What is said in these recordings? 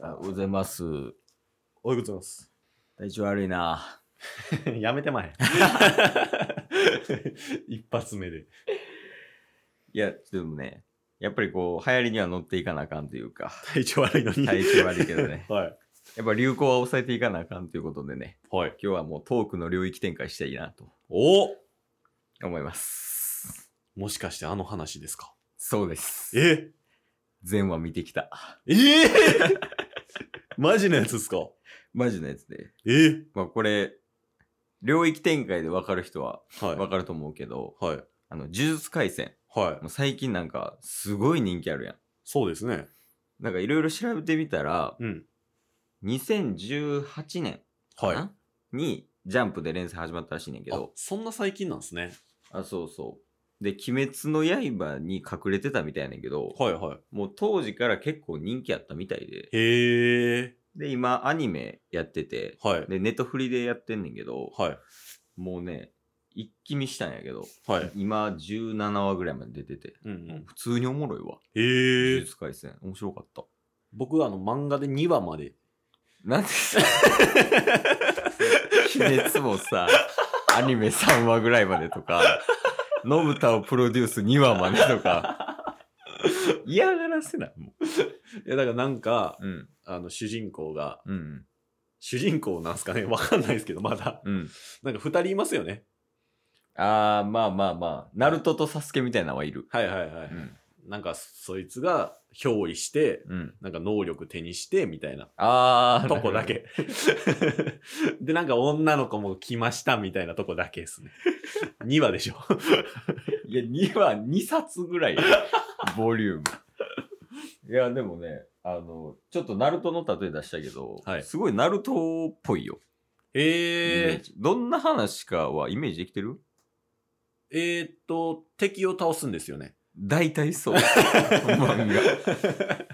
おはようございます。おはようございます。体調悪いな。 やめてまえ。 一発目で。いや、でもね、やっぱりこう、流行りには乗っていかなあかんというか、体調悪いのに。体調悪いけどね はい。やっぱ流行は抑えていかなあかんということでね、はい。今日はもうトークの領域展開していいなとお思います。もしかしてあの話ですかそうです。え前話見てきた。ええ マジのやつですかマジのやつで。えまあこれ、領域展開で分かる人ははい。分かると思うけど、はい。あの、呪術廻戦。はい。もう最近なんか、すごい人気あるやん。そうですね。なんかいろいろ調べてみたら、うん。 2018年かはい。なにジャンプで連載始まったらしいねんけあど、そんな最近なんですね。あそうそうで「鬼滅の刃」に隠れてたみたいやねんけど、はいはもう当時から結構人気あったみたいでい。へえ。で今アニメやっててはい。でネットフリでやってんねんけどはい。もうね一気見したんやけどはい。今17話ぐらいまで出ててうんうん。普通におもろいわ「へ呪え。術廻戦」面白かった僕あの漫画で2話まで。なんでさ 鬼滅もさ、アニメ3話ぐらいまでとか、のぶたをプロデュース2話までとか、 嫌がらせないもいやだからなんか、う。うん、あの主人公が、うん、主人公なんすかねわ かんないですけど、まだ。うん。なんか二人いますよね。あー、まあまあまあ、ナルトとサスケみたいなのはいる。はいはいはうい。ん、なんかそいつが憑依して、うん。なんか能力手にしてみたいなあー、とこだ。け。 で、なんか女の子も来ましたみたいなとこだけですね。2話で しょ。いや、2話、2冊ぐらい、ボリューム。いや、でもね、あの、ちょっとナルトの例え出したけど、はいすごいナルトっぽいよ。イメえージどんな話かはイメージできてるえー、っと、敵を倒すんですよね。大体そう。 漫画。い は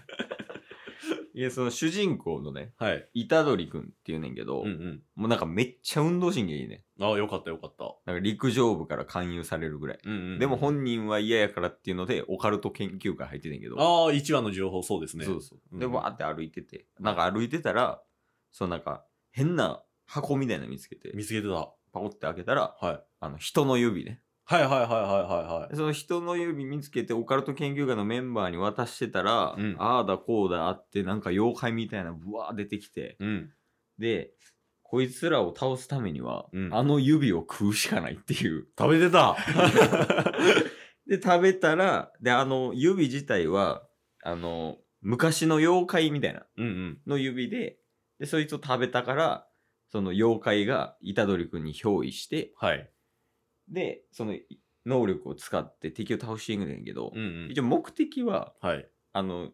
や、その主人公のね、い。虎杖くんっていうねんけど、うんもうなんかめっちゃ運動神経いいね。うん。ああ、よかったよかった。なんか陸上部から勧誘されるぐらい。うんうん、でも本人は嫌やからっていうので、オカルト研究会入っててんけど、ああ、1話の情報そうですね。そうそうう。んで、わーって歩いてて、なんか歩いてたら、そのなんか変な箱みたいなの見つけて、見つけてた。はパコって開けたら、い。はいあの人の指ね。はいはいはいはいはい。その人の指見つけてオカルト研究会のメンバーに渡してたら、うんああだこうだあってなんか妖怪みたいなブワー出てきてうん。でこいつらを倒すためには、うんあの指を食うしかないっていう食べてたで食べたらであの指自体はあの昔の妖怪みたいなうんうん。の指ででそいつを食べたからその妖怪が虎杖君に憑依してはい。でその能力を使って敵を倒していくねんだけど、うんうん一。応目的ははい。あの、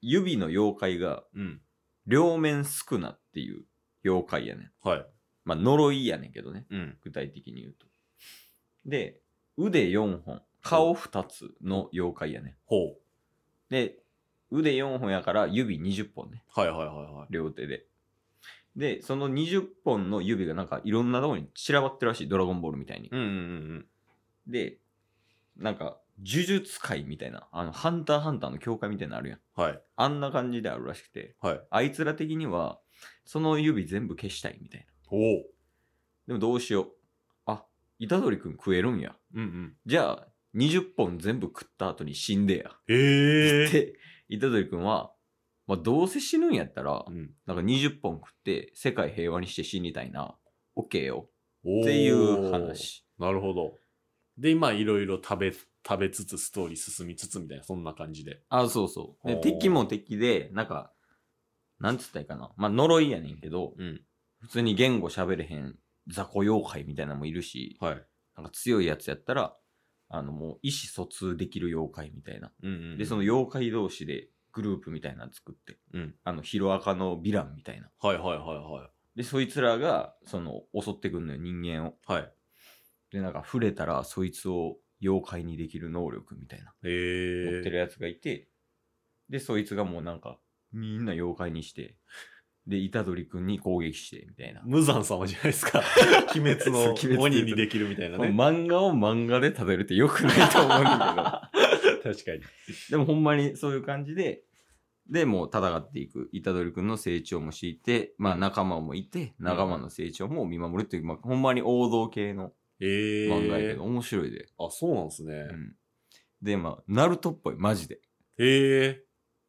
指の妖怪が、うん。両面すくなっていう妖怪やねん。はい。まあ、呪いやねんけどね。うん。具体的に言うと。で、腕4本、顔2つの妖怪やねん。ほで、腕4本やから指20本ね。う。はいはいはいはい。両手で。で、その20本の指がなんかいろんなとこに散らばってるらしい。ドラゴンボールみたいに。うんうんうんで、なんか、呪術界みたいな、あの、ハンターハンターの境界みたいなのあるやん。うん。はい。あんな感じであるらしくて。はい。あいつら的には、その指全部消したいみたいな。ほう。でもどうしよう。あ、虎杖くん食えるんや。うんうん。じゃあ、20本全部食った後に死んでや。ええ。で、虎杖くんは、まあ、どうせ死ぬんやったらう、ん。なんか20本食って世界平和にして死にたいな。オッケーよ。お ーっていう。話。なるほど。で、今いろいろ食べ、食べつつストーリー進みつつみたいな、そんな感じで。あ、そうそう。で、おー敵も敵で、なんか、なんつったらいいかな。まあ、呪いやねんけど、うん。普通に言語喋れへん雑魚妖怪みたいなのもいるし、はい。なんか強いやつやったら、あのもう意思疎通できる妖怪みたいな。うんうんうん。で、その妖怪同士でグループみたいなの作って、うんあの、ヒロアカのヴィランみたいな。はいはいはで、そいつらが、その、襲ってくんのよ、人間を。いはい。はい。で、なんか触れたら、そいつを妖怪にできる能力みたいな。持えってえ。るやつがいて、で、そいつがもうなんか、みんな妖怪にして、で、虎杖くんに攻撃して、みたいな。無惨様じゃないです か。鬼滅そうの鬼滅鬼にできるみたいなね。まあ漫画を漫画で食べるってよくないと思うんだけど。確かに。でもほんまにそういう感じで、で、もう戦っていく。虎杖君の成長も敷いて、まあ仲間もいて、ん仲間の成長も見守るっていう、まあほんまに王道系のええ漫画やけど、面白いで。あ、そうなんですね。うんで、まあ、ナルトっぽい、マジで。へえ。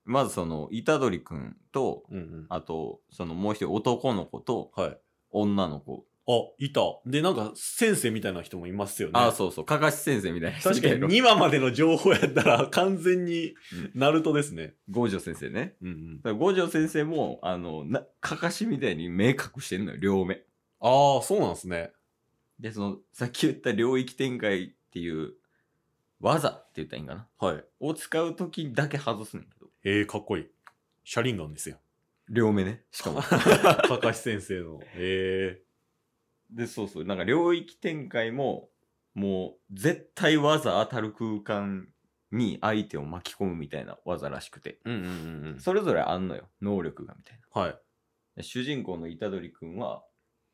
まずその、虎杖君と、うんうん。あと、そのもう一人男の子とはい。女の子。あ、いた。で、なんか、先生みたいな人もいますよね。ああ、そうそう、かかし先生みたいな人確かに2話までの情報やったら、 完全にうん、ナルトですね。五条先生ね。うんうん。だから五条先生も、あの、な、かかしみたいに目隠してんのよ、両目。ああ、そうなんですね。で、その、さっき言った領域展開っていう、技って言ったらいいんかな。はい。を使うときだけ外すねんけど。ええかっこいい。シャリンガンですよ。 両目ね。しかも。かかし先生の。え で、そうそう。なんか領域展開も、もう、絶対技当たる空間に相手を巻き込むみたいな技らしくて。えうんうんうんうん。それぞれあんのよ。能力がみたいな。はい。で主人公の虎杖君は、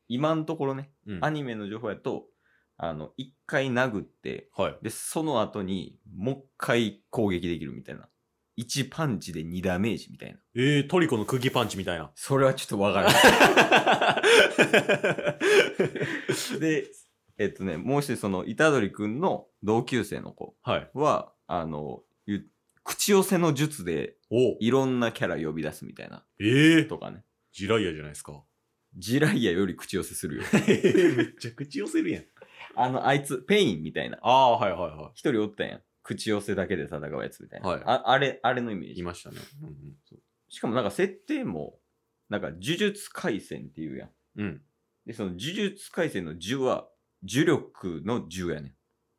今のところね、うんアニメの情報やと、あの、一回殴って、はい。で、その後に、もう一回攻撃できるみたいな。一パンチで二ダメージみたいな。ええトリコの釘パンチみたい な。それはちょっとわからない。 で、えっとね、もう一人その、虎杖君の同級生の子はい。は、あの、ゆ口寄せの術で、おいろんなキャラ呼び出すみたいな。ええとかね。ジライアじゃないですか。ジライアより口寄せする よ。 めっちゃ口寄せるやん。あの、あいつ、ペインみたいな。ああ、はいはいは一人おったやん。口寄せだけで戦うやつみたいな。はいああれ、あれのイメーい。いジ。ましたね。うんうんそうしかもなんか設定も、なんか呪術廻戦っていうやん。うん。で、その呪術廻戦の呪は、呪力の呪やね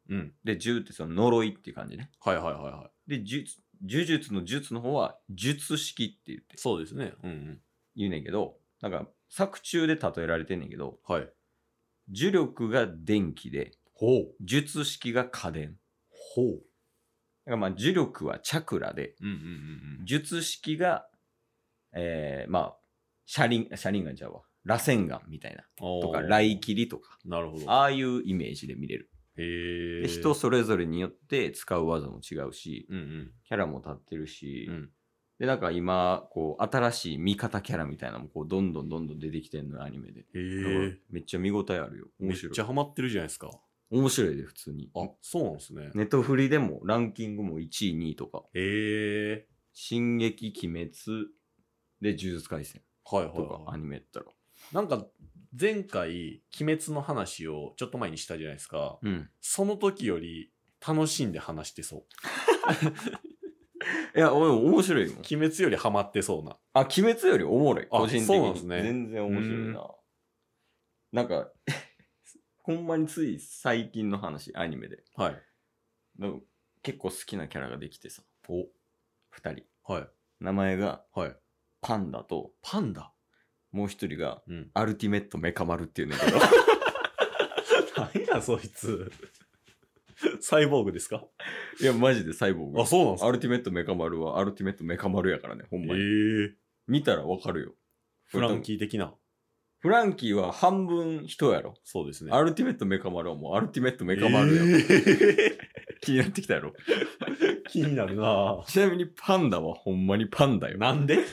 ん。うん。で、呪ってその呪いっていう感じね。はいはいはいはで、呪術呪術の術の方は、術式って言ってい。そうですね。うんうん。言うねんけど、なんか作中で例えられてんねんけど、はい。呪力が電気で、ほう。術式が家電。ほう。だからまあ呪力はチャクラで、うんうん術式が、えー、まあ、車輪、車輪ガンちゃうわ。螺旋ガンみたいな。うんうん。とか、イ雷切りとか。なるほど。ああいうイメージで見れる。へえ。で人それぞれによって使う技も違うし、うんうん。キャラも立ってるし、うん。で、なんか今、こう、新しい味方キャラみたいなのも、こう、どんどんどんどん出てきてんのよ、アニメで。へだからえ。めっちゃ見応えあるよ。め面っ白いち。ゃハマってるじゃないですか。面白いで、普通に。あ、そうなんですね。ネットフリでもランキングも1位、2位とか。へえ。進撃、鬼滅、で、呪術廻戦はいはいとはか、いア。ニメやったら。なんか前回「鬼滅」の話をちょっと前にしたじゃないですかうん。その時より楽しんで話してそういや、俺面白いよ。 「鬼滅」よりハマってそうなあ、鬼滅よりおもろい。あ個人的に。そうなんすね全然面白いな。なんか、 ほんまについ最近の話、アニメで。はいでも結構好きなキャラができてさ、お二人。はい名前がはいパンダと、パンダもう一人がうんアルティメットメカ丸っていうねんけ ど。何やそいつサイボーグですかいや、マジでサイボーグあ。そうなんすかアルティメットメカ丸はアルティメットメカ丸やからね、ほんえまに。見たらわかるよ。フランキー的なフランキーは半分人やろ。そうですねアるルティメットメカ丸はもうアルティメットメカ丸やろ。気になってきたやろ。気になるなちなみにパンダはほんまにパンダよ。なんで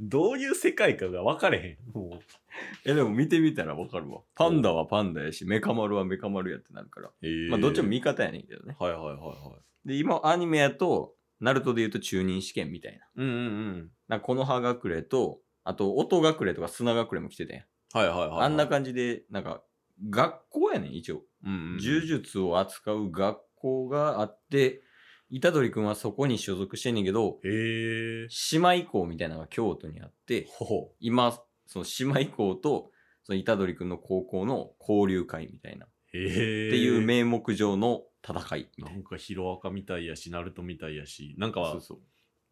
どういう世界かが分かれへんもえ、でも見てみたらわかるわ。パンダはパンダやし、メカ丸はメカ丸やってなるから。うへえまあ、どっちも味方やねんけどね。はいはいはいはいで、今、アニメやと、ナルトで言うと中忍試験みたいな。うんうんうんなんか、この葉隠れと、あと、音隠れとか砂隠れも来てたやん。はいはいはいはいあんな感じで、なんか、学校やねん、一応。うんうんうん柔術を扱う学校があって、虎杖君はそこに所属してんねんけど、へえ。姉妹校みたいなのが京都にあって、ほ今、その姉妹校と、その虎杖君の高校の交流会みたいな、っう。へえ。ていう名目上の戦いみたないな。んかヒロアカみたいやし、ナルトみたいやし、なんそかうそう。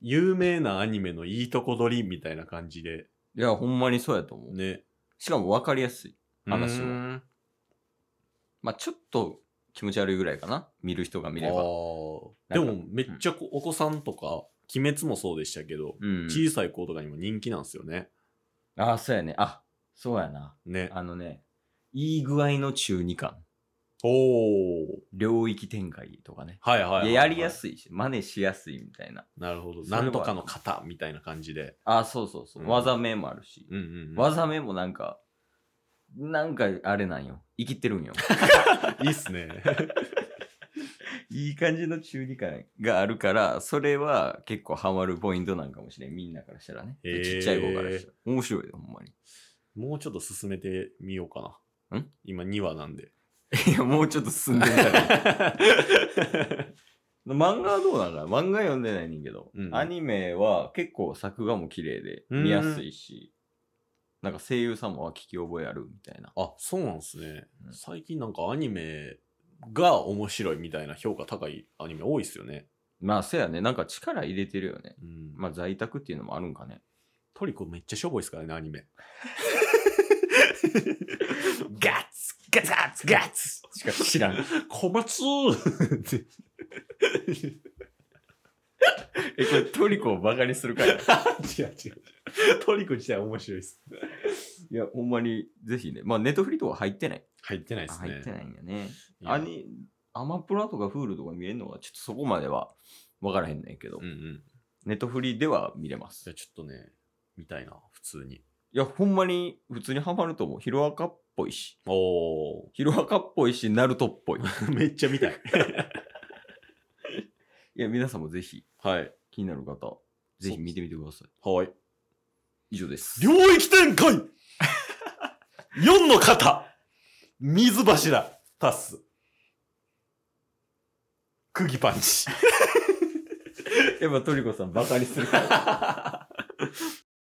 有名なアニメのいいとこ取りみたいな感じで、いや、ほんまにそうやと思う。ね。しかも分かりやすい。話もうーん。まあちょっと気持ち悪いぐらいかな。見る人が見れば。あーでなんもかめっちゃこお子さんとか、鬼滅もそうでしたけど、うん。小さい子とかにも人気なんですよね。ああ、そうやね。あ、そうやな。ね。あのね、いい具合の中二感。おー。領域展開とかね。はいはいはい、いややりやい。すいし、真似しやすいみたいな。なるほど。それなはんとかの型みたいな感じで。あ、そうそうそう。うん技名もあるし。うんうん、うん。技名もなんか、なんかあれなんよ。生きてるんよ。いいっすね。 いい感じの中二感があるから、それは結構ハマるポイントなんかもしれん。みんなからしたらね。へーちっちゃい子からしたら。面白いよ、ほんまに。もうちょっと進めてみようかな。ん今2話なんで。いや、もうちょっと進んでみたら。 漫画はどうなんかな漫画読んでないねんけど、うんアニメは結構作画も綺麗でうん見やすいし、なんか声優さんもあ聞き覚えあるみたいな。あ、そうなんですねう。ん最近なんかアニメが面白いみたいな評価高いアニメ多いっすよね。まあ、せやね、なんか力入れてるよね。うんまあ、在宅っていうのもあるんかね。トリコめっちゃしょぼいっすからね、ア ニメ。ガッツガツガツガッツしか知らん。小 松って え、これトリコをバカにす るから。い違う違う。トリコ自体面白いっす。や、ほんまに、ぜひね。まあ、ネットフリとか入ってない。入ってないっすね。入ってないんだね。いやアニ、アマプラとかフールとか見えるのは、ちょっとそこまでは分からへんねんけど、うんうん。ネットフリでは見れますじゃ。あちょっとね、見たいな、普通に。いや、ほんまに普通にハマると思う。ヒロアカっぽいし。おヒロアカっぽいし、ナルトっぽい。ー。 めっちゃ見たい。いや、皆さんもぜひ、 はい。気になる方、ぜひ見てみてください。はい。以上です。領域展開 !4 の型水柱タス釘パンチやっぱトリコさん、バカにするから。